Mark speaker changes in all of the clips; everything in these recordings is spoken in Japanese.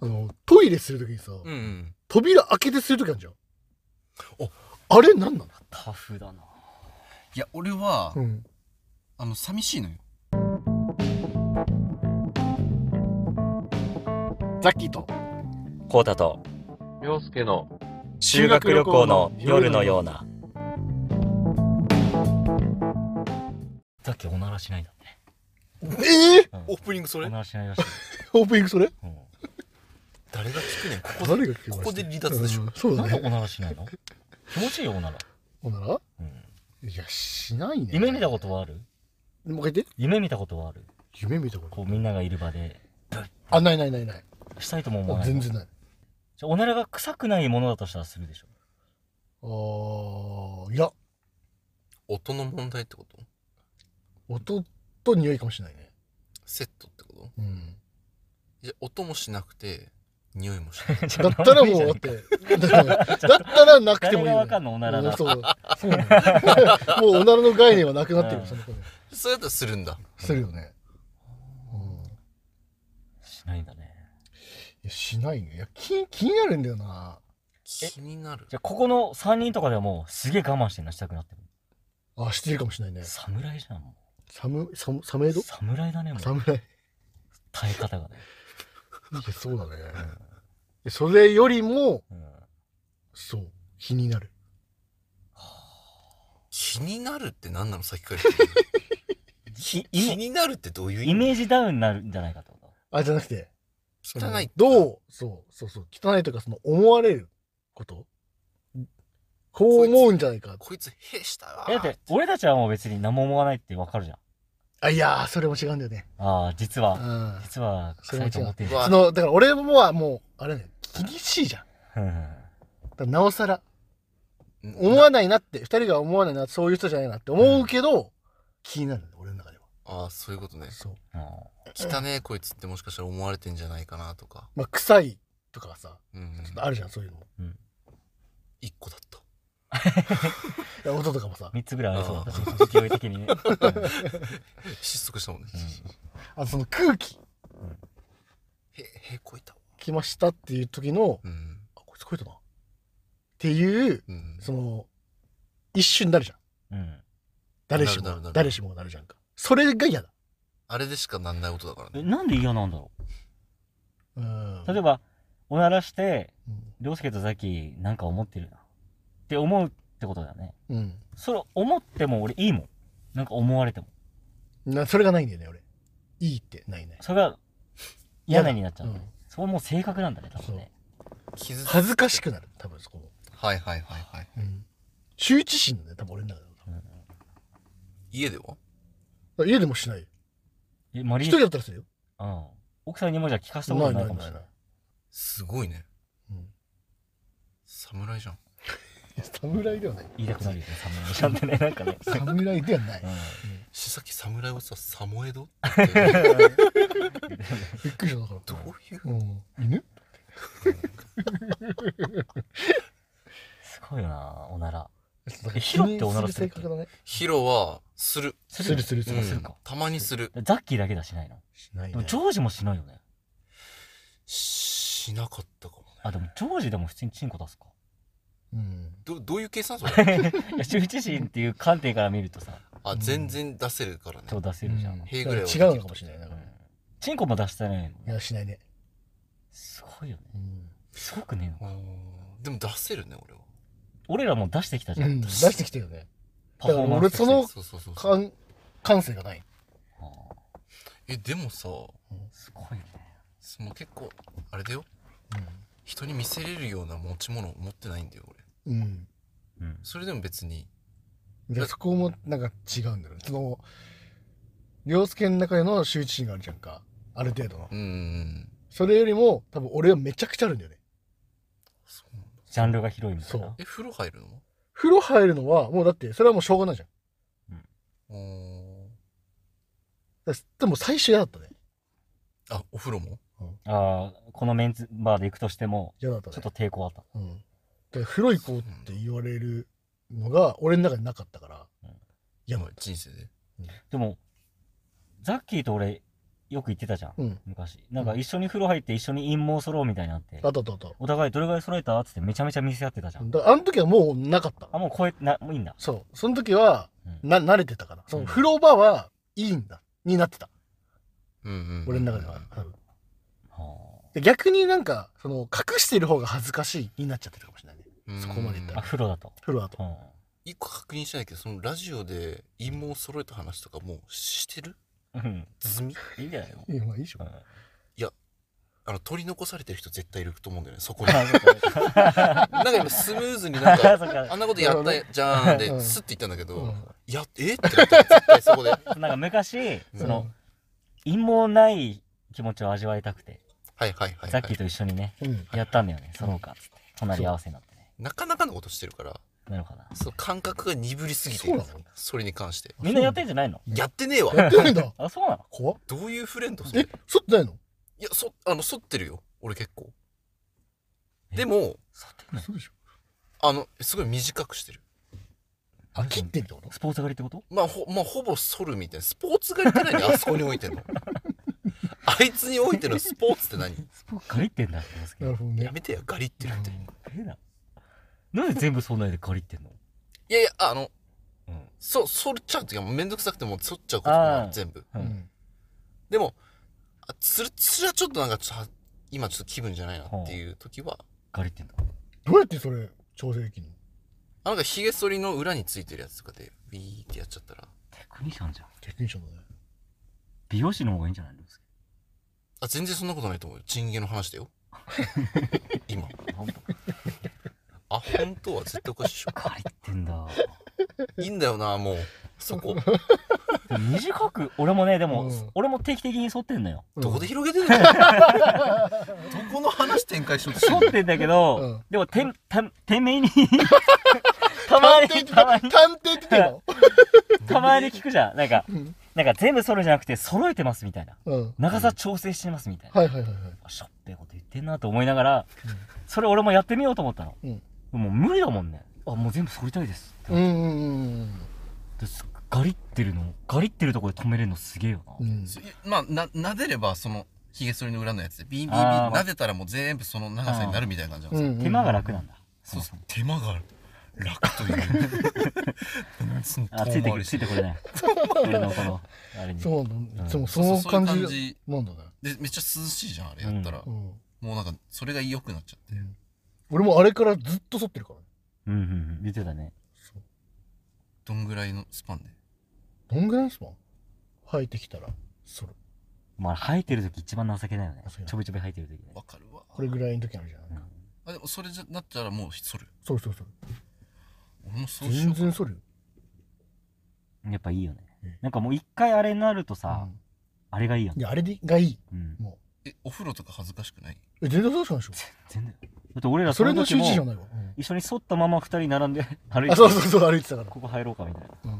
Speaker 1: あの、トイレするときにさ、
Speaker 2: うんうん
Speaker 1: 扉開けてするときあるじゃん。
Speaker 2: お
Speaker 1: あれなんなの
Speaker 3: タフだない
Speaker 2: や俺は、
Speaker 1: うん。
Speaker 2: あの寂しいのよ
Speaker 1: ザッキーと。
Speaker 4: コータと
Speaker 5: 洋介の
Speaker 4: 修学旅行の夜のような。
Speaker 3: さっきおならしないんだって
Speaker 1: ええ
Speaker 2: オープニングそ
Speaker 3: お
Speaker 2: れ
Speaker 3: ならしないらしい、
Speaker 1: オープニングそれ
Speaker 3: うん、
Speaker 2: 誰が聞くねんここ
Speaker 1: 誰が聞きました
Speaker 2: ここで離脱でしょ
Speaker 1: うんそう
Speaker 3: な
Speaker 1: だ
Speaker 3: んで
Speaker 1: ね。
Speaker 3: おならしないの気持ちいいよおなら、
Speaker 1: ほんなら
Speaker 3: うん、
Speaker 1: いや、しないね。
Speaker 3: 夢見たことはある
Speaker 1: もう一回言って。
Speaker 3: 夢見たことはある
Speaker 1: 夢見たこと。
Speaker 3: こうみんながいる場で
Speaker 1: あ、ないないないない。
Speaker 3: したいとも思
Speaker 1: あ
Speaker 3: わない
Speaker 1: 全然ない。
Speaker 3: じゃあおならが臭くないものだとしたらするでしょ
Speaker 1: あー、いや、
Speaker 2: 音の問題ってこと
Speaker 1: 音と匂いかもしれないね。
Speaker 2: セットってこと
Speaker 1: うん。
Speaker 2: いや音もしなくて匂いもし ない
Speaker 1: だったらもう、だって、 だったらなくてもいいよね。
Speaker 3: 誰がわかんのおならだ
Speaker 1: そう。そうなの もうおならの概念はなくなって
Speaker 3: う
Speaker 1: る、
Speaker 3: ん
Speaker 1: その子に
Speaker 2: そうやったらするんだ
Speaker 1: するよね。うん
Speaker 3: しないんだね
Speaker 1: いや、しないね。いや、気、気になるんだよな。
Speaker 2: 気になる
Speaker 3: じゃあここの3人とかではもうすげえ我慢してんなしたくなってる
Speaker 1: あ、してるかもしれないね。
Speaker 3: 侍じゃんも
Speaker 1: サム、サム、サメ
Speaker 3: う
Speaker 1: ド
Speaker 3: 侍だねもう
Speaker 1: サムライ。い
Speaker 3: 耐え方がね、
Speaker 1: や、そうだね。それよりも、
Speaker 3: うん、
Speaker 1: そう、気になる。
Speaker 2: 気になるって何なのさっきから言ってる
Speaker 3: ひ
Speaker 2: 気になるってどういう
Speaker 3: イ
Speaker 2: 意味
Speaker 3: メージダウンになるんじゃないかってこと
Speaker 1: あ、じゃなくて、その
Speaker 2: 汚い
Speaker 1: どう、そう、そうそう、汚いとか、その、思われることこう思うんじゃないか。
Speaker 2: こいつへしたわ
Speaker 3: えだって俺たちはもう別に何も思わないってわかるじゃん
Speaker 1: あ、いやー、それも違うんだよね。
Speaker 3: ああ実
Speaker 1: う
Speaker 3: は
Speaker 1: ん。
Speaker 3: 実は臭いと思ってんじゃ
Speaker 2: うわ
Speaker 1: その、だから俺もはもう、あれね、厳しいじゃん。
Speaker 3: んうん
Speaker 1: だからなおさら、
Speaker 2: うん
Speaker 1: 思わないなって、二人が思わないな、そういう人じゃないなって思うけど、気になるんだよ、俺の中では。
Speaker 2: ああそういうことね
Speaker 1: そう。
Speaker 3: うん
Speaker 2: 汚ねえこいつってもしかしたら思われてんじゃないかなとか
Speaker 1: まあ、臭いとかさ、
Speaker 2: うん
Speaker 1: ちょっとあるじゃん、そういうのも。
Speaker 2: 一個だった
Speaker 1: いや音とかもさ、
Speaker 3: 三つぐらいありそうだった勢い的にね、うん
Speaker 2: 失速したもんね、
Speaker 1: あのその空気
Speaker 2: へへこいたわ
Speaker 1: 来ましたっていう時の、
Speaker 2: うん
Speaker 1: あ、こいつこいたな。っていう、
Speaker 2: うん
Speaker 1: その、一瞬になるじゃん。
Speaker 3: うん
Speaker 1: 誰しも
Speaker 2: なるなるなる
Speaker 1: 誰しもがなるじゃんか。それが嫌だ。
Speaker 2: あれでしかなんない音だから
Speaker 3: え
Speaker 2: ね
Speaker 3: なんで嫌なんだろ
Speaker 1: うん。
Speaker 3: う例え
Speaker 1: ば、
Speaker 3: ばおならして涼介とザキなんか思ってるなって思うってことだよね
Speaker 1: うん。
Speaker 3: それ思っても俺いいもんなんか思われても
Speaker 1: な、それがないんだよね、俺。いいって、ないね。
Speaker 3: それが嫌なになっちゃう、
Speaker 1: うん
Speaker 3: そこもう性格なんだね多分ね
Speaker 2: 傷つ
Speaker 1: 恥ずかしくなる、多分そこも。
Speaker 2: はいはいはいはい
Speaker 1: うん。羞恥心だね、多分俺の中では。
Speaker 2: 家では
Speaker 1: だから家でもしないよ。
Speaker 3: えマリ
Speaker 1: 一
Speaker 3: ー
Speaker 1: 人だったらするよ。
Speaker 3: うん、奥さんにもじゃあ聞かせたことないかもしれない
Speaker 1: ない
Speaker 2: すごいね
Speaker 1: うん。
Speaker 2: 侍じゃん
Speaker 1: 侍では ない。
Speaker 3: 言いたくなるよね侍ちゃんってねなん かね、
Speaker 1: 侍ではない。
Speaker 2: しさき侍をさサモエドって
Speaker 1: びっくりした、だから。
Speaker 2: どういう
Speaker 1: うん。犬
Speaker 3: すごいよなおなら
Speaker 1: だから
Speaker 3: ヒロっておならするっ
Speaker 1: 気
Speaker 3: け
Speaker 1: に性格だね。
Speaker 2: ヒロはする
Speaker 3: す
Speaker 1: するするす
Speaker 2: う
Speaker 1: る
Speaker 2: ん
Speaker 1: する。
Speaker 3: か
Speaker 2: たまにする
Speaker 3: ザッキーだけだしないの、
Speaker 1: しない
Speaker 3: でもジョージもしないよね
Speaker 2: しなかったかもね
Speaker 3: あでもジョージでも普通にチンコ出すか
Speaker 1: うん。
Speaker 2: どどういう計算それ
Speaker 3: いや羞恥心っていう観点から見るとさ
Speaker 2: あ全然出せるからね
Speaker 3: そう出せるじゃん、
Speaker 1: うん
Speaker 2: 屁ぐらい
Speaker 1: だ
Speaker 2: はで
Speaker 1: か
Speaker 2: き
Speaker 1: ら
Speaker 2: る
Speaker 1: 違うのかもしれない。だ
Speaker 3: う
Speaker 1: か
Speaker 3: ん
Speaker 1: ら
Speaker 3: チンコも出してないもん
Speaker 1: いや、しないね。
Speaker 3: すごいよね
Speaker 1: うん。
Speaker 3: すごくね
Speaker 2: うーんでも出せるね俺は
Speaker 3: 俺らもう出してきたじ
Speaker 1: う
Speaker 3: ゃん、
Speaker 1: ん出してきてるよね。
Speaker 3: パフォーマンスと
Speaker 1: だ
Speaker 3: して
Speaker 1: から俺
Speaker 2: そうそうそうそう
Speaker 1: 感、感性がない。
Speaker 3: あ
Speaker 2: えでもさ
Speaker 3: ーすごいね
Speaker 2: その結構あれだよ人に見せれるような持ち物を持ってないんだよ俺
Speaker 1: うん。
Speaker 3: うん
Speaker 2: それでも別に
Speaker 1: うん。で、そこもなんか違うんだよね。その、両介の中での羞恥心があるじゃんか。ある程度の。
Speaker 2: うーん
Speaker 1: それよりも、多分俺はめちゃくちゃあるんだよね。
Speaker 2: そうなんだ
Speaker 3: ジャンルが広いみたい
Speaker 1: そ
Speaker 3: な
Speaker 2: え風呂入るの
Speaker 1: 風呂入るのは、もうだって、それはもうしょうがないじゃん。
Speaker 2: うーん
Speaker 1: だからでも最初嫌だったね。
Speaker 2: あお風呂も
Speaker 3: あーこのメンツバーで行くとしても
Speaker 1: 嫌だったね。
Speaker 3: ちょっと抵抗あった
Speaker 1: うん。だから風呂行こうって言われるのが、俺の中になかったから
Speaker 3: うん、
Speaker 1: 嫌だ
Speaker 2: 人生で
Speaker 3: でもザッキーと俺よく行ってたじゃん、
Speaker 1: うん
Speaker 3: 昔なんか一緒に風呂入って一緒に陰謀揃うみたいになって、
Speaker 1: あったあったあった
Speaker 3: お互いどれぐらい揃えたっつってめちゃめちゃ見せ合ってたじゃん、
Speaker 1: だあの時はもうなかった
Speaker 3: あもう超えなもういいんだ
Speaker 1: そうその時は、
Speaker 3: う
Speaker 1: な慣れてたからそうの
Speaker 3: ん
Speaker 1: 風呂場はいいんだになってた
Speaker 2: うんうん
Speaker 1: 俺の中では多分
Speaker 3: は
Speaker 1: で逆になんかその隠してる方が恥ずかしいになっちゃってたかもしれないね
Speaker 2: うん
Speaker 1: そこまで言った
Speaker 3: ああ風呂だと、
Speaker 1: 風呂だと
Speaker 3: うん、
Speaker 2: 一個確認したいけどそのラジオで陰謀揃えた話とかもうしてる
Speaker 3: うん
Speaker 2: 済み
Speaker 3: いいんじゃないの、
Speaker 1: いやまあいいでしょ
Speaker 3: うん、
Speaker 2: あの取り残されてる人絶対いると思うんだよねそこ に
Speaker 3: あそっかそっか
Speaker 2: なんか今スムーズになん か
Speaker 3: そっか
Speaker 2: あんなことやったじゃん
Speaker 1: う
Speaker 2: で
Speaker 1: ん
Speaker 2: スッて言ったんだけど、
Speaker 1: うん
Speaker 2: いやえってなったら絶対そこではい
Speaker 3: なんか昔、
Speaker 2: うん
Speaker 3: その、陰謀ない気持ちを味わいたくて、
Speaker 2: はいはい、はい、
Speaker 3: ザッキーと一緒にね、
Speaker 1: うん
Speaker 3: やったんだよね、揃うかっつって。隣り合わせになってね。
Speaker 2: なかなかのことしてるから
Speaker 3: なるかな。
Speaker 2: その感覚が鈍りすぎてる
Speaker 1: そうなの
Speaker 2: それに関して
Speaker 3: みんなやってんじゃないの
Speaker 2: やってねえわ
Speaker 1: やってないんだ
Speaker 3: あ、そうなの
Speaker 1: 怖っ
Speaker 2: どういうフレン ドそれ
Speaker 1: え剃ってないの
Speaker 2: いやそあの剃ってるよ俺結構
Speaker 3: え
Speaker 2: でも
Speaker 3: そうってんの
Speaker 1: そうでしょ
Speaker 2: あのすごい短くしてる
Speaker 1: あ切ってるってこと
Speaker 3: スポーツ狩りってこと
Speaker 2: まあほ,、まあ、ほぼ剃るみたいなスポーツ狩りって 何あそこに置いてんのあいつに置いてるスポーツって何
Speaker 3: スポーツ狩りってんだってますけ
Speaker 1: なるほ
Speaker 3: ど。
Speaker 1: どね
Speaker 2: やめてよガリってるって
Speaker 3: えな。なんで全部そんなで狩りってんの
Speaker 2: いやいやあの
Speaker 3: うん。
Speaker 2: そ剃っちゃうっていうかもうめんどくさくてもう剃っちゃうこともあ
Speaker 3: あー
Speaker 2: る全部
Speaker 3: う。
Speaker 1: うんん
Speaker 2: でもあつるつるはちょっとなんかちょっとは今ちょっと気分じゃないなっていう時は
Speaker 3: 狩りってんだ。
Speaker 1: どうやってそれ調整できるの
Speaker 2: あなんかヒゲ剃りの裏についてるやつとかでウィーってやっちゃったら
Speaker 3: テクニシャンじゃん。
Speaker 1: テクニシャンだね
Speaker 3: 美容師の方がいいんじゃないの
Speaker 2: あ全然そんなことないと思うよチンゲの話だよ今
Speaker 3: 本当
Speaker 2: あ本当は絶対おかしいでし
Speaker 3: 狩りってんだ。
Speaker 2: ょいいんだよなもうそこ
Speaker 3: でも短く、俺もね、でも、
Speaker 1: うん
Speaker 3: 俺も定期的に剃ってんのよ。
Speaker 2: どこで広げてんのどこの話展開しようとして
Speaker 3: 剃
Speaker 2: ん
Speaker 3: っ
Speaker 2: の
Speaker 3: てんだけど、
Speaker 1: うん
Speaker 3: でも、てん、た、てめえ にたま
Speaker 1: 探偵っ
Speaker 3: に、
Speaker 1: て
Speaker 3: たまに、
Speaker 1: 探偵って言ってんの
Speaker 3: たまに聞くじゃん。なんか、
Speaker 1: うん
Speaker 3: なんか全部揃るじゃなくて、揃えてますみたいな。
Speaker 1: うん
Speaker 3: 長さ調整してますみたいな。
Speaker 1: はいはいはいはい
Speaker 3: しょっぺいこと言ってんなと思いながら、それ俺もやってみようと思ったの。
Speaker 1: うん
Speaker 3: もう無理だもんね。あ、もう全部剃りたいです。
Speaker 1: うんうんうん
Speaker 3: ですガリってるの、ガリってるとこで止めれるのすげえよな。
Speaker 1: うんうん
Speaker 2: まあな撫でればそのヒゲ剃りの裏のやつでビービービ
Speaker 3: あー
Speaker 2: ー撫でたらもう全部その長さになるみたいな感じなん
Speaker 1: う
Speaker 2: ですよ
Speaker 1: んうん
Speaker 3: 手間が楽なんだ。
Speaker 2: そ
Speaker 3: そうも
Speaker 2: そ
Speaker 3: そうも
Speaker 2: 手間が楽というその
Speaker 3: あ、ついてくる、ついてこれない。俺のこの、あれに。
Speaker 1: そうなんだ
Speaker 3: う
Speaker 1: い
Speaker 3: ん
Speaker 1: つもそ
Speaker 2: そう
Speaker 1: の
Speaker 2: そうい
Speaker 1: 感
Speaker 2: う感
Speaker 1: じ
Speaker 2: じ
Speaker 1: なんだね
Speaker 2: でめっちゃ涼しいじゃんあれやったら、
Speaker 1: うん
Speaker 2: もうなんかそれが良くなっちゃって、
Speaker 1: 俺もあれからずっと剃ってるからね
Speaker 3: うんうんうん。言ってたね。
Speaker 1: そう
Speaker 2: どんぐらいのスパンで
Speaker 1: どんぐらいですか生えてきたら剃る
Speaker 3: まあ、生えてる時一番情けないよね
Speaker 1: そう。や
Speaker 3: ちょびちょび生えてる時ね。
Speaker 2: わかるわ
Speaker 1: これぐらいの時あるじゃん
Speaker 3: うん
Speaker 2: あでもそれじゃなったらもうそれ
Speaker 1: そうそうそう
Speaker 2: 俺もそうしよ
Speaker 1: 全
Speaker 2: うか
Speaker 1: 然剃るよ
Speaker 3: やっぱいいよね
Speaker 1: うん。
Speaker 3: なんかもう一回あれになるとさ、あれがいいよ
Speaker 1: うんい
Speaker 3: ね。
Speaker 1: やあれでがいい
Speaker 3: うん。
Speaker 1: も
Speaker 2: えお風呂とか恥ずかしくない
Speaker 1: え全然そうしないでし
Speaker 3: 全然。だって俺
Speaker 1: ょ
Speaker 3: ら
Speaker 1: それの
Speaker 3: 時
Speaker 1: 周
Speaker 3: も
Speaker 1: 知じゃないわうん
Speaker 3: 一緒に沿ったまま二人並んで歩
Speaker 1: あ
Speaker 3: いて
Speaker 1: そうそうそう歩いてたから
Speaker 3: ここ入ろうかみたいな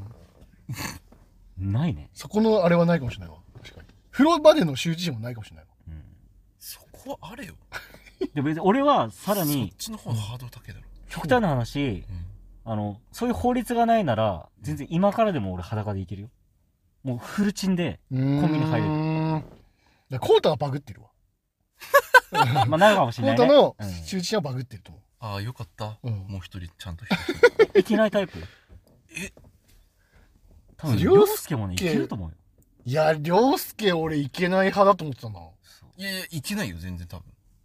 Speaker 1: うん
Speaker 3: ないね、
Speaker 1: そこのあれはないかもしれないわ確かに風呂場での周知心もないかもしれないわ
Speaker 3: うん、
Speaker 2: そこはあれよ
Speaker 3: で別に俺はさら
Speaker 2: そ
Speaker 3: に
Speaker 2: っちの方のハードル高いだろ、
Speaker 3: 極端な話あのそういう法律がないなら全然今からでも俺裸でいけるよもうフルチンで
Speaker 1: コン
Speaker 3: ビニ入れる
Speaker 1: るコータはバグってるわ
Speaker 3: まあなるかもし
Speaker 1: コ
Speaker 3: れな
Speaker 1: ータ
Speaker 3: いね、
Speaker 1: の
Speaker 3: うん
Speaker 1: 周知心はバグってると思う
Speaker 2: ああよかった、
Speaker 1: うん
Speaker 2: もう一人ちゃんと一人
Speaker 3: いけないタイプ
Speaker 2: え
Speaker 3: 多分
Speaker 1: 涼
Speaker 3: 涼
Speaker 1: 介
Speaker 3: 介もねいけると思うよ
Speaker 1: いや涼介俺いけない派だと思ってたな
Speaker 3: そう
Speaker 2: いやいやいけないよ全然多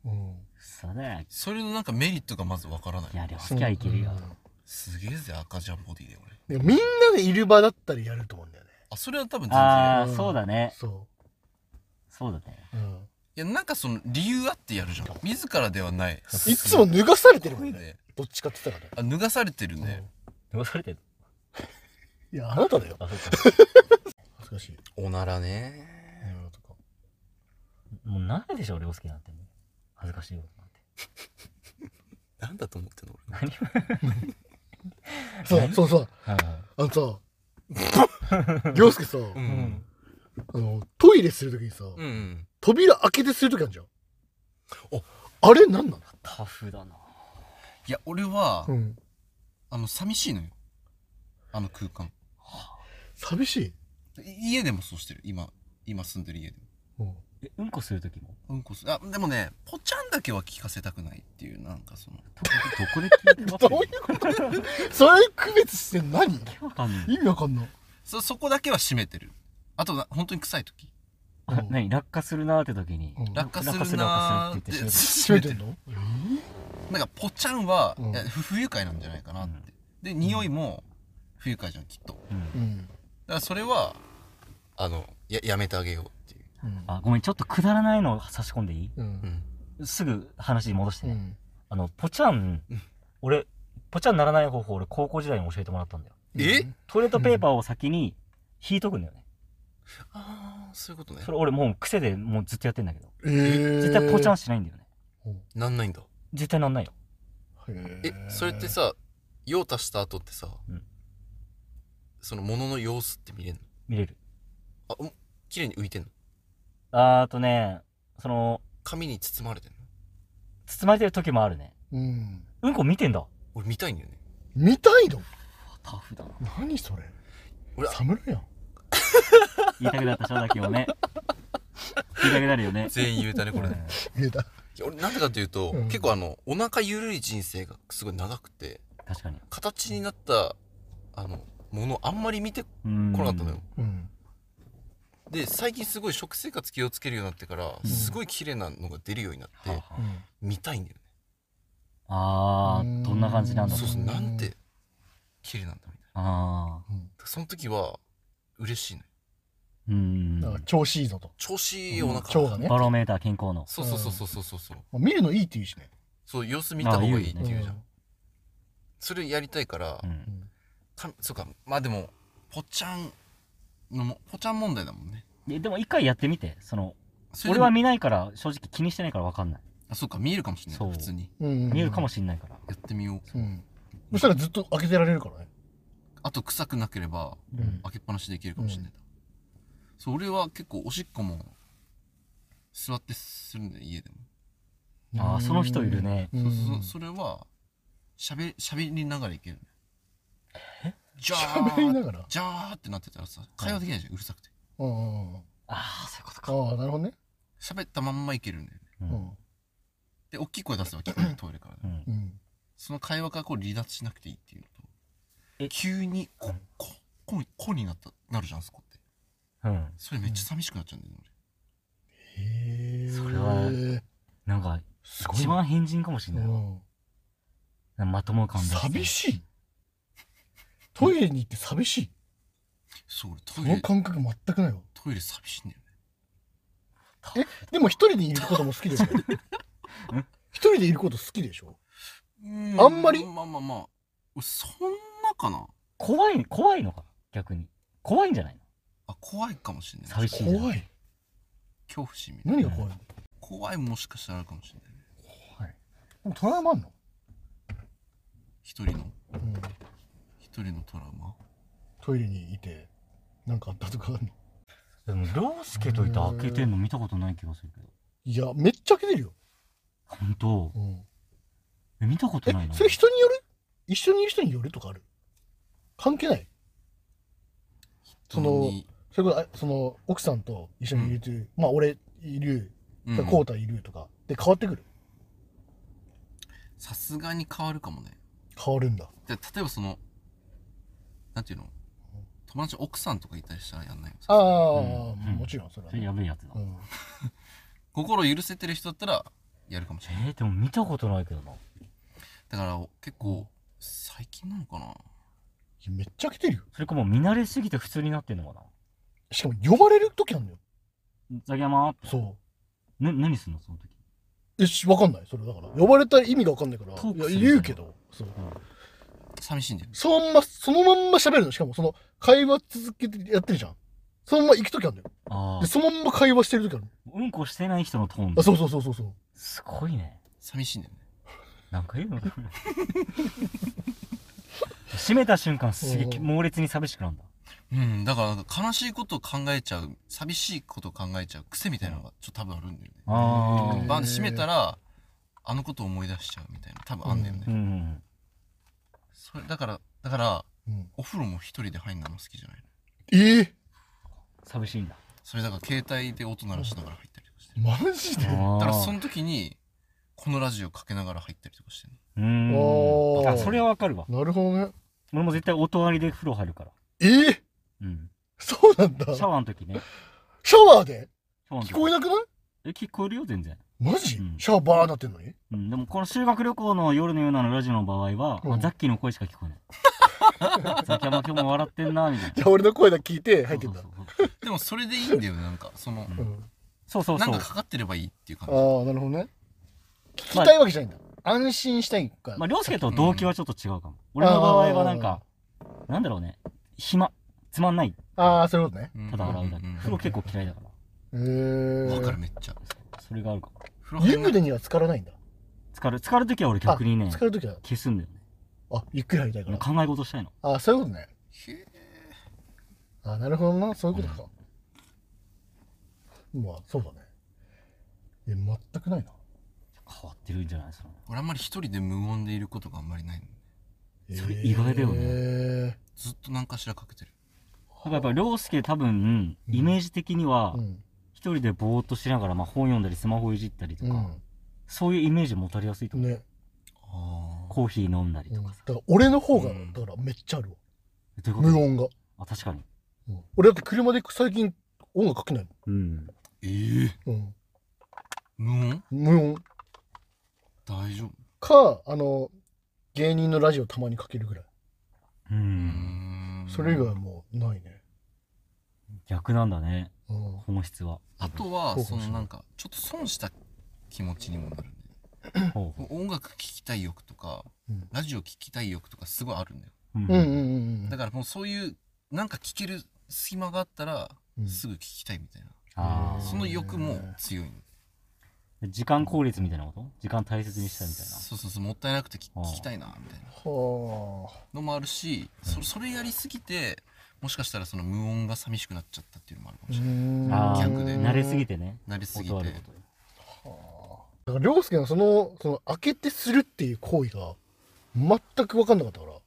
Speaker 2: 分
Speaker 1: うん
Speaker 3: そうだね
Speaker 2: それのなんかメリットがまずわからない
Speaker 3: いや涼介はいけるよ
Speaker 2: すげえぜ赤ちゃんボディで俺
Speaker 1: うんでもみんなでいる場だったらやると思うんだよね
Speaker 2: あそれは多分全然や
Speaker 3: あ
Speaker 2: る
Speaker 3: あ
Speaker 1: うん
Speaker 3: そうだね
Speaker 1: そ
Speaker 3: そうだね
Speaker 1: う、うん、
Speaker 2: いやなんかその理由あってやるじゃん自らではない
Speaker 1: いつも脱がされてるもんね
Speaker 2: ね
Speaker 1: どっちかって言ったらね
Speaker 2: あ脱がされてるね、
Speaker 3: 流されてる
Speaker 1: いやあなただよ
Speaker 3: あそうか
Speaker 1: 恥ずかしい
Speaker 2: おならね
Speaker 1: やろうとか
Speaker 3: もうないでしょ涼介なんてもう恥ずかしいよなんて
Speaker 2: なんだと思ってんの俺
Speaker 3: 何
Speaker 1: そうそうそう
Speaker 3: はいはい
Speaker 1: あのさ 涼介さ
Speaker 2: う
Speaker 3: うん
Speaker 2: ん、
Speaker 1: あのトイレするときにさ、
Speaker 2: うん、
Speaker 1: 扉開けてするときあるじゃん
Speaker 2: お
Speaker 1: あれなんなの
Speaker 3: タフだない
Speaker 2: や俺は、
Speaker 1: うん
Speaker 2: あの寂しいのよあの空間
Speaker 1: 寂しい
Speaker 2: い家でもそうしてる今今住んでる家でも
Speaker 1: うん
Speaker 3: えうんこする時も
Speaker 2: うんこすあでもねポチャンだけは聞かせたくないっていうなんかその
Speaker 3: どこで聞いてます
Speaker 1: どういうこと それ区別してんの何
Speaker 3: わかんない
Speaker 1: 意味わかんない
Speaker 2: そそこだけは締めてるあとな本当に臭い時
Speaker 3: あ何落下するなーって時に、
Speaker 1: うん
Speaker 2: 落下するなーって
Speaker 3: 落下
Speaker 1: 閉
Speaker 2: 締
Speaker 1: め
Speaker 2: め
Speaker 1: て
Speaker 2: て
Speaker 1: ん
Speaker 2: る
Speaker 1: の
Speaker 2: なんかポチャンは、
Speaker 1: うん
Speaker 2: いや不不愉快なんじゃないかなって、
Speaker 3: うん
Speaker 2: で匂いも不愉快じゃんきっとだか
Speaker 3: うん
Speaker 1: うん
Speaker 2: らそれはあのややめてあげようっていう
Speaker 1: うん
Speaker 3: あごめんちょっとくだらないの差し込んでい
Speaker 1: うん
Speaker 2: うん
Speaker 3: いすぐ話に戻して
Speaker 1: う
Speaker 3: ね、
Speaker 1: ん
Speaker 3: あのポチャン
Speaker 2: うん
Speaker 3: 俺ポチャンならない方法俺高校時代に教えてもらったんだよ
Speaker 2: え
Speaker 3: トイレットペーパーを先に引いとくんだよね、
Speaker 2: ああそういうことね
Speaker 3: それ俺もう癖でもうずっとやってんだけど
Speaker 1: えー
Speaker 3: 絶対ポチャンしないんだよね
Speaker 2: なんないんだ
Speaker 3: 絶対なんないよ
Speaker 1: へ
Speaker 2: え
Speaker 1: ー
Speaker 2: それってさ用足した後ってさ、
Speaker 3: うん
Speaker 2: その物の様子って見れんの
Speaker 3: 見れる
Speaker 2: あうん綺麗に浮いてんの
Speaker 3: あーとねその
Speaker 2: 紙に包まれてんの
Speaker 3: 包まれてる時もあるね
Speaker 1: うん
Speaker 3: うんこ見てんだ
Speaker 2: 俺見たいんだよね
Speaker 1: 見たいの
Speaker 3: タフだな
Speaker 1: 何それ
Speaker 2: 俺
Speaker 1: 侍やん
Speaker 3: 言いたくなった正崎も ね言いたくなるよね
Speaker 2: 全員言うたねこれね
Speaker 3: う
Speaker 1: 言えた
Speaker 2: いや俺なんでかというと、
Speaker 1: うん
Speaker 2: 結構あのお腹ゆるい人生がすごい長くて
Speaker 3: ん確かに
Speaker 2: 形になったあのものあんまり見てこ
Speaker 3: うん
Speaker 2: なかったのよ、
Speaker 1: うん
Speaker 2: で最近すごい食生活気をつけるようになってから、
Speaker 1: ん
Speaker 2: すごい綺麗なのが出るようになって、
Speaker 3: はあは
Speaker 1: うん
Speaker 2: 見たいんだよね
Speaker 3: ああ
Speaker 1: うん
Speaker 3: ーどんな感じなんだろ
Speaker 2: そううそううんなんて綺麗なんだみたい
Speaker 3: あ
Speaker 2: なその時は嬉しいのよ
Speaker 3: あうん
Speaker 1: だから調子いいぞと
Speaker 2: 調子いいお腹
Speaker 1: うん腸がね
Speaker 3: バロメーター健康の
Speaker 2: そうそうそうそうそうそうそう
Speaker 1: まあ見るのいいって言うしね
Speaker 2: そう様子見た方がいいって
Speaker 3: あ
Speaker 2: 言
Speaker 3: 言
Speaker 2: うじゃん、それやりたいから、
Speaker 3: うん
Speaker 2: かそうかまあでもぽちゃんのもぽちゃん問題だもんね
Speaker 3: えでも一回やってみてその
Speaker 2: それ
Speaker 3: 俺
Speaker 2: でも
Speaker 3: は見ないから正直気にしてないから分かんない
Speaker 2: あそうか見えるかもしれな
Speaker 3: そう
Speaker 2: い普通に
Speaker 1: うん
Speaker 3: 見えるかもしんないから
Speaker 2: やってみよう
Speaker 1: れないうんそしたらずっと開けてられるからね
Speaker 2: あと臭くなければ
Speaker 1: うん
Speaker 2: 開けっぱなしでいけるかもしれない、そう俺は結構おしっこも座ってするんだよ家でも、
Speaker 3: ああその人いるね
Speaker 1: うん
Speaker 2: そうそそれはしゃべしゃべりながらいけるえじゃ
Speaker 1: 喋りな
Speaker 2: ー
Speaker 1: がら
Speaker 2: じゃーってなってたらさ会話できないじゃんうるさくて
Speaker 1: うんうんうん
Speaker 3: ああそういうことか
Speaker 1: ああなるほどね
Speaker 2: 喋ったまんまいけるんだよね
Speaker 3: うん
Speaker 1: うん
Speaker 2: で大きい声出せば聞こえるトイレから、ね
Speaker 3: うん
Speaker 1: うん
Speaker 2: その会話からこう離脱しなくていいっていうの
Speaker 3: え
Speaker 2: と急にこ
Speaker 3: うん
Speaker 2: こここになったなるじゃんそこって
Speaker 3: うん
Speaker 2: それめっちゃ寂しくなっちゃうんだよね、
Speaker 1: へえ
Speaker 3: それはなんか
Speaker 1: すごい
Speaker 3: 一番変人かもしんないわ
Speaker 1: うん
Speaker 3: まとも感出して
Speaker 1: 寂しいトイレに行って寂しい
Speaker 2: 俺そう俺ト
Speaker 1: そ
Speaker 2: イレ
Speaker 1: の感覚全くないわ
Speaker 2: トイレ寂しいんだよね
Speaker 1: えでも一人でいることも好きでしょ一人でいること好きでしょ
Speaker 2: うん
Speaker 1: あんまり
Speaker 2: まあまあまあ俺そんなかな
Speaker 3: 怖い怖いのか逆に怖いんじゃないの
Speaker 2: あ怖いかもしれない
Speaker 3: 寂しいじゃん
Speaker 1: 怖い
Speaker 2: 恐怖心みたい
Speaker 1: 何
Speaker 2: な
Speaker 1: が怖いの
Speaker 2: 怖いもしかしたらあるかもしれないね
Speaker 1: でもトラウマあんの、
Speaker 2: 一人の
Speaker 1: うん、
Speaker 2: 一人のトラウマ
Speaker 1: トイレにいてなんかあったとかあんの
Speaker 3: でも涼介といて開けてんの見たことない気がするけど
Speaker 1: いやめっちゃ開けてるよ、
Speaker 3: 本当
Speaker 1: うん、
Speaker 3: え見たこと
Speaker 1: え
Speaker 3: ないな
Speaker 1: それ人による一緒にいる人によるとかある関係ないその
Speaker 2: 人に
Speaker 1: それこそあその奥さんと一緒にいるという、まあ俺いる
Speaker 2: うん
Speaker 1: コータいるとかで変わってくる
Speaker 2: さすがに変わるかもね
Speaker 1: 変わるんだ
Speaker 2: で例えばそのなんていうの友達奥さんとかいたりしたらやんないよ
Speaker 1: ああ、
Speaker 3: うん
Speaker 1: もちろんそれは
Speaker 3: それ
Speaker 1: ね、
Speaker 3: やべえやつだ、
Speaker 1: うん、
Speaker 2: 心許せてる人だったらやるかもしれない
Speaker 3: えー、でも見たことないけどな
Speaker 2: だから結構最近なのかない
Speaker 1: やめっちゃ開けてるよ
Speaker 3: それかもう見慣れすぎて普通になってんのか
Speaker 1: しかも呼ばれる時あんのよ
Speaker 3: なザキヤマ
Speaker 1: そう
Speaker 3: な何すんのその時
Speaker 1: えしわかんないそれだから呼ばれた意味がわかんないから
Speaker 3: トーク
Speaker 1: い
Speaker 3: する
Speaker 1: や言うけどそう
Speaker 2: 寂しいんだよね
Speaker 1: そのまんまそのまんま喋るのしかもその会話続けてやってるじゃんそのまま行く時あるんだよ
Speaker 3: ああ
Speaker 1: でそのまんま会話してる時あるの
Speaker 3: うんこしてない人のトーン
Speaker 1: あそうそうそうそうそう
Speaker 3: すごいね
Speaker 2: 寂しいんだよね
Speaker 3: なんか言うの かな閉めた瞬間すげえ
Speaker 1: おう
Speaker 3: 猛烈に寂しくなるんだ
Speaker 2: うんだからなんか悲しいことを考えちゃう寂しいことを考えちゃう癖みたいなのがちょっと多分あるんだよね
Speaker 3: あ
Speaker 1: うん
Speaker 3: あ
Speaker 2: バンって閉めたらあのことを思い出しちゃうみたいな多分あんだよね、
Speaker 3: うん
Speaker 2: それだからだから
Speaker 1: うん
Speaker 2: お風呂も一人で入るのも好きじゃないの
Speaker 1: ええ
Speaker 3: 寂しいんだ
Speaker 2: それだから携帯で音鳴らしながら入ったりとかしてる
Speaker 1: マジで
Speaker 2: だから
Speaker 3: あ
Speaker 2: その時にこのラジオかけながら入ったりとかしてる
Speaker 3: ーうーん
Speaker 1: おー
Speaker 3: あそれはわかるわ
Speaker 1: なるほどね
Speaker 3: 俺も絶対音割りで風呂入るから
Speaker 1: ええ
Speaker 3: うん
Speaker 1: そうなんだ
Speaker 3: シ
Speaker 1: シ
Speaker 3: ャ
Speaker 1: ャ
Speaker 3: ワーの時ね
Speaker 1: ワーで
Speaker 3: シャワーの時
Speaker 1: 聞こえなくない
Speaker 3: え聞こえるよ全然、
Speaker 1: マジ、
Speaker 3: うん
Speaker 1: シャワーバーなってんのに
Speaker 3: うん、でもこの修学旅行の夜のようなのラジオの場合は、
Speaker 1: うん
Speaker 3: あザッキーの声しか聞こ えないザッキーは今日も笑ってんなみたい
Speaker 1: じ
Speaker 3: な
Speaker 1: ゃあ俺の声だけ聞いて入ってんだ
Speaker 3: そう
Speaker 2: でもそれでいいんだよねなんかその
Speaker 3: うん
Speaker 1: うん
Speaker 3: そうそうそう
Speaker 2: な
Speaker 3: そ
Speaker 2: ん
Speaker 3: う
Speaker 2: かかかってればいいっていう感じ
Speaker 1: ああなるほどね聞きたいわけじゃないんだ、安心したいから、
Speaker 3: まあ、涼介と動機はちょっと違うかも。俺の場合はなんか、なんだろうね、暇、つまんない、
Speaker 1: ああそういうことね
Speaker 2: うん
Speaker 3: ただ洗うだけ。
Speaker 2: んん
Speaker 3: 風呂結構嫌いだから。
Speaker 1: へえ
Speaker 2: うんわかる
Speaker 1: ー、
Speaker 2: めっちゃ
Speaker 3: それがあるかも。
Speaker 2: 風呂入
Speaker 1: 湯
Speaker 2: んな
Speaker 1: 船には浸からないんだ
Speaker 3: 疲かる、疲かるときは俺逆にね
Speaker 1: あ、疲れる時は
Speaker 3: 消すんだよね。
Speaker 1: あゆっくり入りたいから
Speaker 3: 考え事したいの。
Speaker 1: ああそういうことね
Speaker 2: へえ
Speaker 1: ああなるほどなそういうことか、まあそうだねえ全くないな
Speaker 3: 変わってるんじゃないですか。
Speaker 2: 俺あんまり一人で無音でいることがあんまりないの
Speaker 3: それ意外だよね
Speaker 1: ね
Speaker 2: ずっと何かしらかけてる
Speaker 3: だからやっぱ涼介多分、イメージ的には
Speaker 1: う、ん
Speaker 3: 一人でぼーっとしながら、まあ本読んだり、スマホいじったりと
Speaker 1: う
Speaker 3: か、
Speaker 1: ん
Speaker 3: そういうイメージ持たれやすいと思う。
Speaker 1: ね、
Speaker 2: あ
Speaker 3: コーヒー飲んだり
Speaker 1: うん、
Speaker 3: と
Speaker 1: だ
Speaker 3: か
Speaker 1: か
Speaker 3: さ。
Speaker 1: ら俺の方が、
Speaker 2: うん
Speaker 1: だからめっちゃあるわ
Speaker 3: どういうこ
Speaker 1: 無
Speaker 3: と
Speaker 1: 音が、
Speaker 3: あ、確かに。
Speaker 1: うん俺だって車で最近音楽かけない
Speaker 3: うん。
Speaker 2: ええ
Speaker 1: もん、
Speaker 2: 無音
Speaker 1: うん、無音
Speaker 2: 大丈夫
Speaker 1: かあの芸人のラジオたまにかけるぐらい、
Speaker 3: う。
Speaker 2: うんーん
Speaker 1: それ以外はもうないね、
Speaker 3: 逆なんだね、
Speaker 1: うん、
Speaker 3: 本質は。
Speaker 2: あとは
Speaker 1: そうか
Speaker 2: そ
Speaker 1: もしれない
Speaker 2: のなんかちょっと損した気持ちにもなるんで
Speaker 3: ほうほ
Speaker 2: もう音楽聴きたい欲とか、
Speaker 1: うん
Speaker 2: ラジオ聴きたい欲とかすごいあるんだよ
Speaker 3: う。うん
Speaker 1: うんうんうん
Speaker 2: だからもうそういうなんか聴ける隙間があったら、
Speaker 1: うん
Speaker 2: すぐ聴きたいみたいな
Speaker 3: あー
Speaker 2: その欲も強いの
Speaker 3: 時間効率みたいなこと時間大切にしたいみたいな。
Speaker 2: そうそうそうもったいなくてき
Speaker 3: あー
Speaker 2: 聴きたいなみたいな
Speaker 1: はあ
Speaker 2: のもあるし、そそれやりすぎてもしかしたらその無音が寂しくなっちゃったっていうのもあるかもしれない、
Speaker 3: ああ、
Speaker 2: 逆で
Speaker 3: 慣れすぎ
Speaker 1: て
Speaker 3: てね。
Speaker 2: 慣れすぎて
Speaker 3: 断ること。
Speaker 1: だから涼介のそのその開けてするっていう行為が全く分かんなかったから
Speaker 3: だね。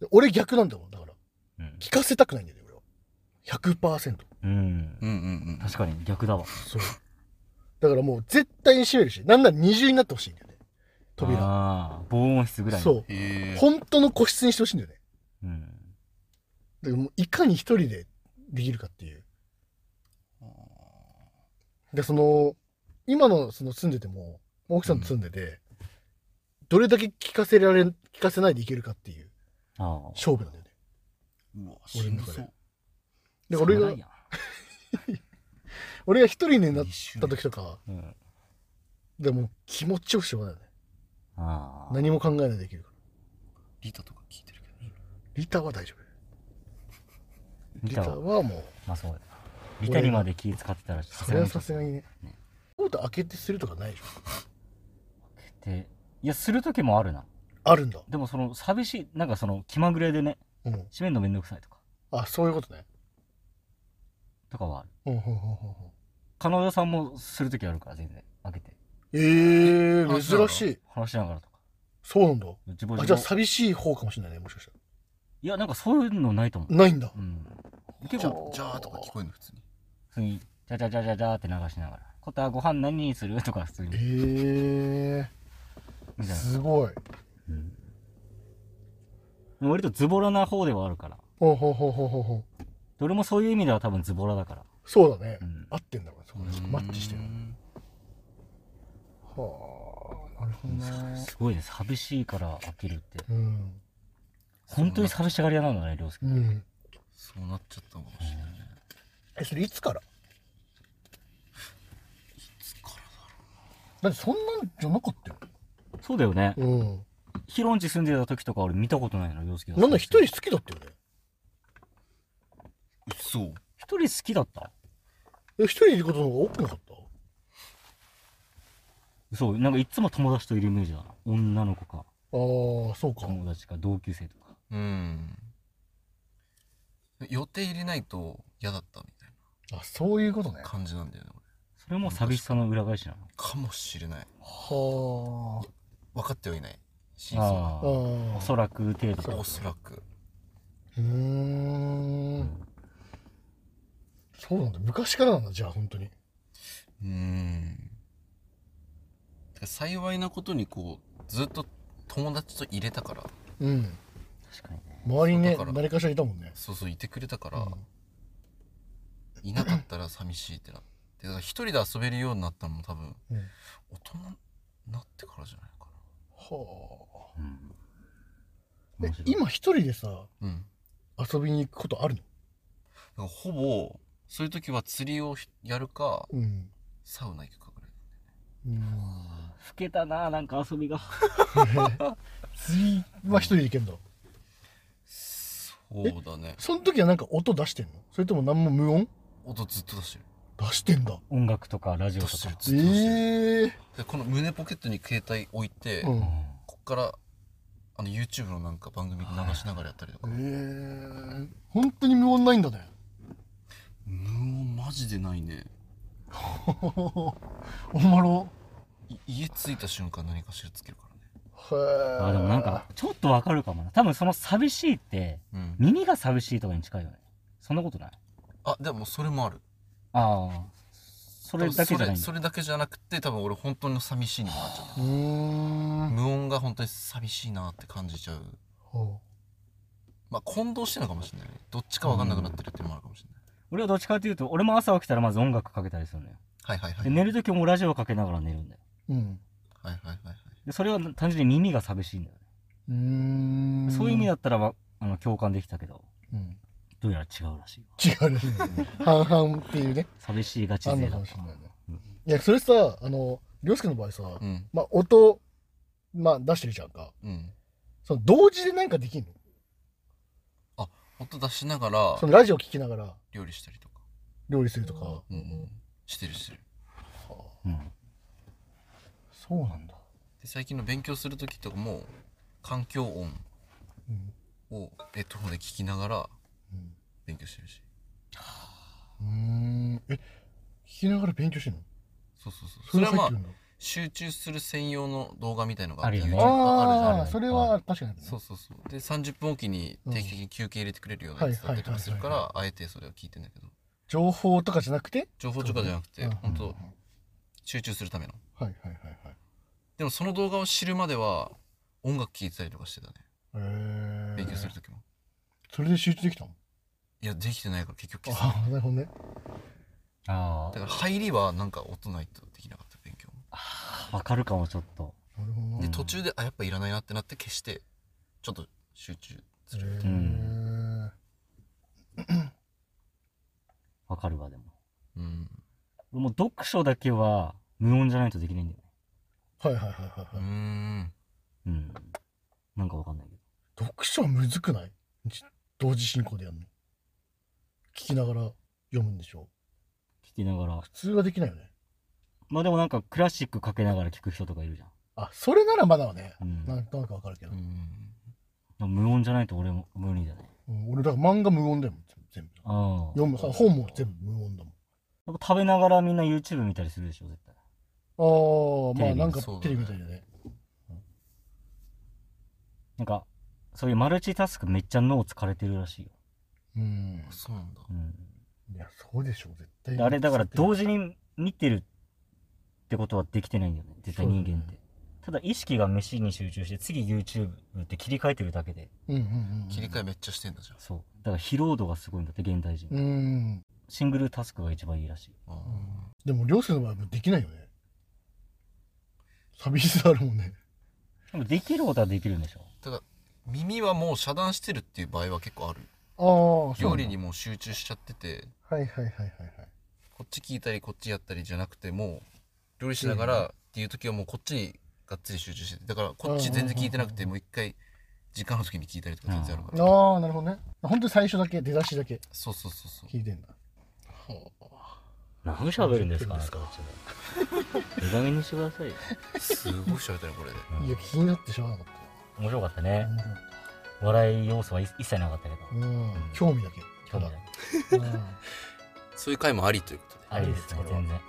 Speaker 1: で俺逆なんだもんだから
Speaker 3: うん
Speaker 1: 聞かせたくないんだよね俺は100%
Speaker 3: うん。
Speaker 2: うんうんうん
Speaker 3: 確かに逆だわ。
Speaker 1: そうだからもう絶対に閉めるしなんなら二重になってほしいんだよね扉
Speaker 3: ああ、防音室ぐらい。。
Speaker 1: そうう
Speaker 2: へえ
Speaker 1: 本当の個室にしてほしいんだよね
Speaker 3: うん。
Speaker 1: だからもういかに一人でできるかっていうでその今のその住んでても奥さんと住んでて、どれだけ聞かせられ聞かせないでいけるかっていう
Speaker 3: ああ。
Speaker 1: 勝負なんだよね
Speaker 2: うわしんどそう
Speaker 1: で俺が
Speaker 3: そんな
Speaker 1: 俺が一人になっ
Speaker 2: 一周
Speaker 1: た時とか
Speaker 3: んやうん。
Speaker 1: でもう気持ちよくしょうがないよね
Speaker 3: ああ。
Speaker 1: 何も考えないでできるから
Speaker 2: リタとか聞いてるけど
Speaker 1: リタは大丈夫
Speaker 3: リ
Speaker 1: リ
Speaker 3: タ
Speaker 1: タ
Speaker 3: は、
Speaker 1: はもう
Speaker 3: まあそうだ。リタにまで気使ってたら、
Speaker 1: それはさすがにね
Speaker 3: ね
Speaker 1: ポート開けてするとかないでしょ
Speaker 3: で、いや、する時もあるな。
Speaker 1: あるんだ
Speaker 3: でもその、寂しい、なんかその、気まぐれでね、
Speaker 1: うん
Speaker 3: 閉めるのめんどくさいとか、
Speaker 1: あそういうことね
Speaker 3: とかはある。
Speaker 1: うんうんうんうん
Speaker 3: 彼女さんもする時あるから、全然。開けて。
Speaker 1: うんえ
Speaker 2: あ
Speaker 1: ー、珍しい
Speaker 3: 話しながらとか。
Speaker 1: そうなんだ
Speaker 3: 自分
Speaker 1: あ
Speaker 3: 自
Speaker 1: じゃ
Speaker 3: 分
Speaker 1: あ寂しい方かもしれないねもしかした
Speaker 3: いや、なんかそういうのないと思う。
Speaker 1: らないんだ
Speaker 3: うん。
Speaker 2: じ
Speaker 3: 結
Speaker 2: ゃ
Speaker 3: 構、
Speaker 2: じゃーとか聞こえるの普通に
Speaker 3: 普通に、じゃじゃじゃじゃじゃって流しながら。こたご飯何にするとか、普通に。
Speaker 1: ええ
Speaker 3: みたい
Speaker 1: すごい
Speaker 3: な。割とズボラな方ではあるから。
Speaker 1: ほうほうほうほうほうほう
Speaker 3: どれもそういう意味では多分ズボラだから。
Speaker 1: そうだね、
Speaker 3: うん
Speaker 1: 合ってんだろうねそこねマッチしてるはあなるほどね
Speaker 3: すごいね。寂しいから開けるって。
Speaker 1: うん
Speaker 3: 本当に寂しがり屋なんだね、涼介。
Speaker 1: うん
Speaker 2: そうなっちゃったのかもしれないね
Speaker 1: えそれいつから
Speaker 2: か
Speaker 1: だ
Speaker 2: ら
Speaker 1: ってそんなんじゃなかったよ
Speaker 3: そうだよね。
Speaker 1: うん
Speaker 3: ヒロンチ住んでた時とか俺見たことないの、涼介が。
Speaker 1: なんだ一人好きだったよね
Speaker 2: だろうそう
Speaker 3: 一人好きだった
Speaker 1: え一人いることの方が多くなかった
Speaker 3: そう、なんかいつも友達といるイメージだな。女の子か、
Speaker 1: あーそうか
Speaker 3: 友達か、同級生とか。
Speaker 2: うん予定入れないと嫌だったみたい
Speaker 1: あそういうことね
Speaker 2: な感じなんだよね俺
Speaker 3: それも寂しさの裏返しなの。
Speaker 2: かもしれない
Speaker 1: は
Speaker 2: 分かってはいない真相
Speaker 1: あ
Speaker 2: は
Speaker 3: あ
Speaker 1: あ
Speaker 3: あ。
Speaker 1: ー
Speaker 3: おそらく程度
Speaker 2: おそらく
Speaker 1: うーんそうなんだ。昔からなんだ、じゃあ、本当に。
Speaker 2: うん。だから幸いなことにこう、ずっと友達と入れたから、
Speaker 1: うん。
Speaker 3: 確かにね。
Speaker 1: 周りにね
Speaker 2: そうだか、ら
Speaker 1: 誰かしらいたもんね。
Speaker 2: そうそういてくれたから、
Speaker 1: うん
Speaker 2: いなかったら寂しいってなって、だから一人で遊べるようになったのも多分、
Speaker 1: うん
Speaker 2: 大人になってからじゃないか
Speaker 1: は
Speaker 3: うん
Speaker 1: あ。え
Speaker 3: 面白い
Speaker 1: 今一人でさ、
Speaker 2: な。うん。
Speaker 1: 遊びに行くことある
Speaker 2: だからほぼ、そういう時は釣りをやるか、
Speaker 1: のうん。
Speaker 2: サウナ行くかぐらい。
Speaker 1: うん。
Speaker 3: 老けたななんか遊びが
Speaker 1: 次は一人で行けんだ。
Speaker 2: そうだね。
Speaker 1: その時はなんか音出してんのそれとも何も無音
Speaker 2: 音ずっと出してる。
Speaker 1: 出してんだ。
Speaker 3: 音楽とかラジオと
Speaker 2: 出して
Speaker 3: か
Speaker 2: る、
Speaker 1: え
Speaker 2: ずっと出してる。
Speaker 1: え
Speaker 2: でこの胸ポケットに携帯置いて、
Speaker 1: ー。う
Speaker 2: こ
Speaker 1: ん。
Speaker 2: っから、あの YouTube のなんか番組流しながらやったりとか。
Speaker 1: えー、本当に無音ないんだね。
Speaker 2: 無音マジでないね。
Speaker 1: おまろ。
Speaker 2: い家着いた瞬間何かしらつけるか
Speaker 1: へ
Speaker 2: らね。
Speaker 1: え。
Speaker 3: あでもなんか。ちょっとわかるかもな多分その寂しいって
Speaker 2: うん。
Speaker 3: 耳が寂しいとかに近いよねそんなことない
Speaker 2: あ、でもそれもある。
Speaker 3: ああそれだけじゃないん
Speaker 2: それ
Speaker 3: だ
Speaker 2: それだけじゃなくて、多分俺本当に寂しいにもなっちゃ
Speaker 1: う
Speaker 2: っ
Speaker 1: ー
Speaker 2: た。
Speaker 1: ん。
Speaker 2: 無音が本当に寂しいなって感じちゃう。
Speaker 1: ほ
Speaker 2: まあ混同してるのかもしれないね。どっちかわかんなくなってるっていうのもあるかもしれない。
Speaker 3: 俺はどっちかというと俺も朝起きたらまず音楽かけたりするのよ
Speaker 2: はいはいはい。
Speaker 3: で寝る時もラジオかけながら寝るんだよ
Speaker 1: ううん。
Speaker 2: はいはいはいはい。
Speaker 3: でそれは単純に耳が寂しいんだよね
Speaker 1: うーん。
Speaker 3: そういう意味だったらわあの共感できたけど
Speaker 1: うん。
Speaker 3: どうやら違うらしいよ
Speaker 1: 違うらしいね。半々っていうね。
Speaker 3: 寂しいガチ
Speaker 1: あん
Speaker 3: 勢
Speaker 1: の
Speaker 3: だ
Speaker 1: か
Speaker 3: っ
Speaker 1: も
Speaker 3: た
Speaker 1: しれないね
Speaker 3: うん。
Speaker 1: いや、それさ、あの、りょうすけの場合さ、
Speaker 2: うん。
Speaker 1: まあ、音、まあ、出してるじゃんか。
Speaker 2: うん。
Speaker 1: その、同時でなんかできんの
Speaker 2: 音出しながら
Speaker 1: その、ラジオ聞きながら
Speaker 2: 料理したりとか。
Speaker 1: 料理するとか。
Speaker 2: うんうん。してるしてる。
Speaker 3: うん
Speaker 1: そうなんだ。
Speaker 2: で最近の勉強する時とかも環境音
Speaker 1: うん。
Speaker 2: をヘッドホンで聞きながら
Speaker 1: うん
Speaker 2: 勉強してるし
Speaker 1: うーんえ、聞きながら勉強してんの
Speaker 2: そうそうそうそ
Speaker 1: それ
Speaker 2: れは
Speaker 1: 入
Speaker 2: ま
Speaker 1: っ
Speaker 2: あ
Speaker 1: てるんだ。
Speaker 2: 集中する専用の動画みたいのがあって
Speaker 3: あるよね
Speaker 2: YouTube あある
Speaker 1: あ
Speaker 2: じゃ
Speaker 1: あ、
Speaker 2: ん
Speaker 1: それは確かにあるね。
Speaker 2: そうそうそうで30分おきに定期的に休憩入れてくれるようなやつだったりとかするからあえてそれを聞いてんだけど
Speaker 1: 情報とかじゃなくて
Speaker 2: 情報とかじゃなくて
Speaker 1: うん
Speaker 2: 本
Speaker 1: うん
Speaker 2: 当集中するための
Speaker 1: はいはいはいはい。
Speaker 2: でもその動画を知るまでは音楽聴いてたりとかしてたね
Speaker 1: えー、
Speaker 2: 勉強する時も
Speaker 1: それで集中できたの
Speaker 2: いやできてないから結局消す
Speaker 1: ああ、なるほどね。
Speaker 3: あ
Speaker 2: だから入りはなんか音ないとできなかった勉強も
Speaker 3: あわかるかもちょっと
Speaker 1: なるほど
Speaker 2: で
Speaker 1: な
Speaker 3: うん
Speaker 2: 途中であやっぱいらないなってなって消してちょっと集中する、
Speaker 1: えー
Speaker 3: わかるわでも
Speaker 2: うん、
Speaker 3: 俺もう読書だけは無音じゃないとできないんだよね
Speaker 1: はいはいはいはい。
Speaker 2: うー
Speaker 1: はい
Speaker 2: ん
Speaker 3: うんなんかわかんないけど
Speaker 1: 読書はむずくないじ同時進行でやるの。聞きながら読むんでしょ
Speaker 3: 聞きながら
Speaker 1: 普通はできないよね。
Speaker 3: まあでもなんかクラシックかけながら聞く人とかいるじゃ
Speaker 1: あ、それならまだはね、
Speaker 3: ん、うん、
Speaker 1: なんとなくわかるけ
Speaker 2: う
Speaker 1: ど。
Speaker 2: ん
Speaker 3: でも無音じゃないと俺も無理だね
Speaker 1: うん俺、だから漫画無音だよ、全部。
Speaker 3: ああ
Speaker 1: 読む、本も全部無音だもん。
Speaker 3: やっぱ食べながらみんな YouTube 見たりするでしょ絶対
Speaker 1: ああ、ま
Speaker 3: テレ
Speaker 1: あ
Speaker 3: ビ
Speaker 1: なんか
Speaker 2: そうだね
Speaker 1: テレビみたいだね。
Speaker 3: なんかそういうマルチタスクめっちゃ脳疲れてるらしいよ、
Speaker 1: うん。
Speaker 2: そうなんだ
Speaker 3: うん
Speaker 1: いや、そうでしょう、絶対
Speaker 3: で、。あれだから同
Speaker 1: 時。
Speaker 3: 時に見てるってことはできてないんだよね絶対人間って、
Speaker 1: そうだ
Speaker 3: ただ意識が飯に集中して次 YouTube って切り替えてるだけで
Speaker 1: うんうんうん。
Speaker 2: 切り替えめっちゃしてんだじゃん
Speaker 3: そうだから疲労度がすごいんだって現代人、
Speaker 1: うん。
Speaker 3: シングルタスクが一番いいらしい
Speaker 2: あ
Speaker 1: でも、両親の場合はできないよね。寂しさあるもんね。
Speaker 3: でもできることはできるんでしょ
Speaker 2: ーただ耳はもう遮断してるっていう場合は結構ある
Speaker 1: ああ、そう
Speaker 2: 料理にもう集中しちゃってて
Speaker 1: はいはいはいはいはい。
Speaker 2: こっち聞いたりこっちやったりじゃなくてもう料理しながらっていう時はもうこっちにがっつり集中しててだからこっち全然聞いてなくてもう一回時間の時に聞いたりとか全然あるから
Speaker 1: ああ、なるほどね。本当に最初だけ、出だしだけ
Speaker 2: そうそうそうそう
Speaker 1: 聞いてんだ。
Speaker 3: 何喋るんですか
Speaker 1: 喋るん
Speaker 3: あな
Speaker 1: ですか
Speaker 3: たたちは 手紙にしてくださいよ
Speaker 2: すごい喋ったねこれで
Speaker 1: いや、気になってしょうがなかっ
Speaker 3: 面白かったね
Speaker 1: た。
Speaker 3: 笑い要素は一切なかったけ
Speaker 1: う
Speaker 3: ど
Speaker 1: ん。興味だけ。
Speaker 3: 興味ない
Speaker 1: ただ。うん
Speaker 2: そういう回もありということで
Speaker 3: ありですね
Speaker 1: ありです
Speaker 3: 全然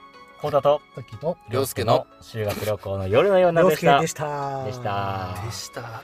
Speaker 3: コータと
Speaker 1: さっきと、
Speaker 2: りょうすけの
Speaker 3: 修学旅行の夜のような
Speaker 1: 洋
Speaker 3: でした
Speaker 1: した
Speaker 3: でした
Speaker 2: でした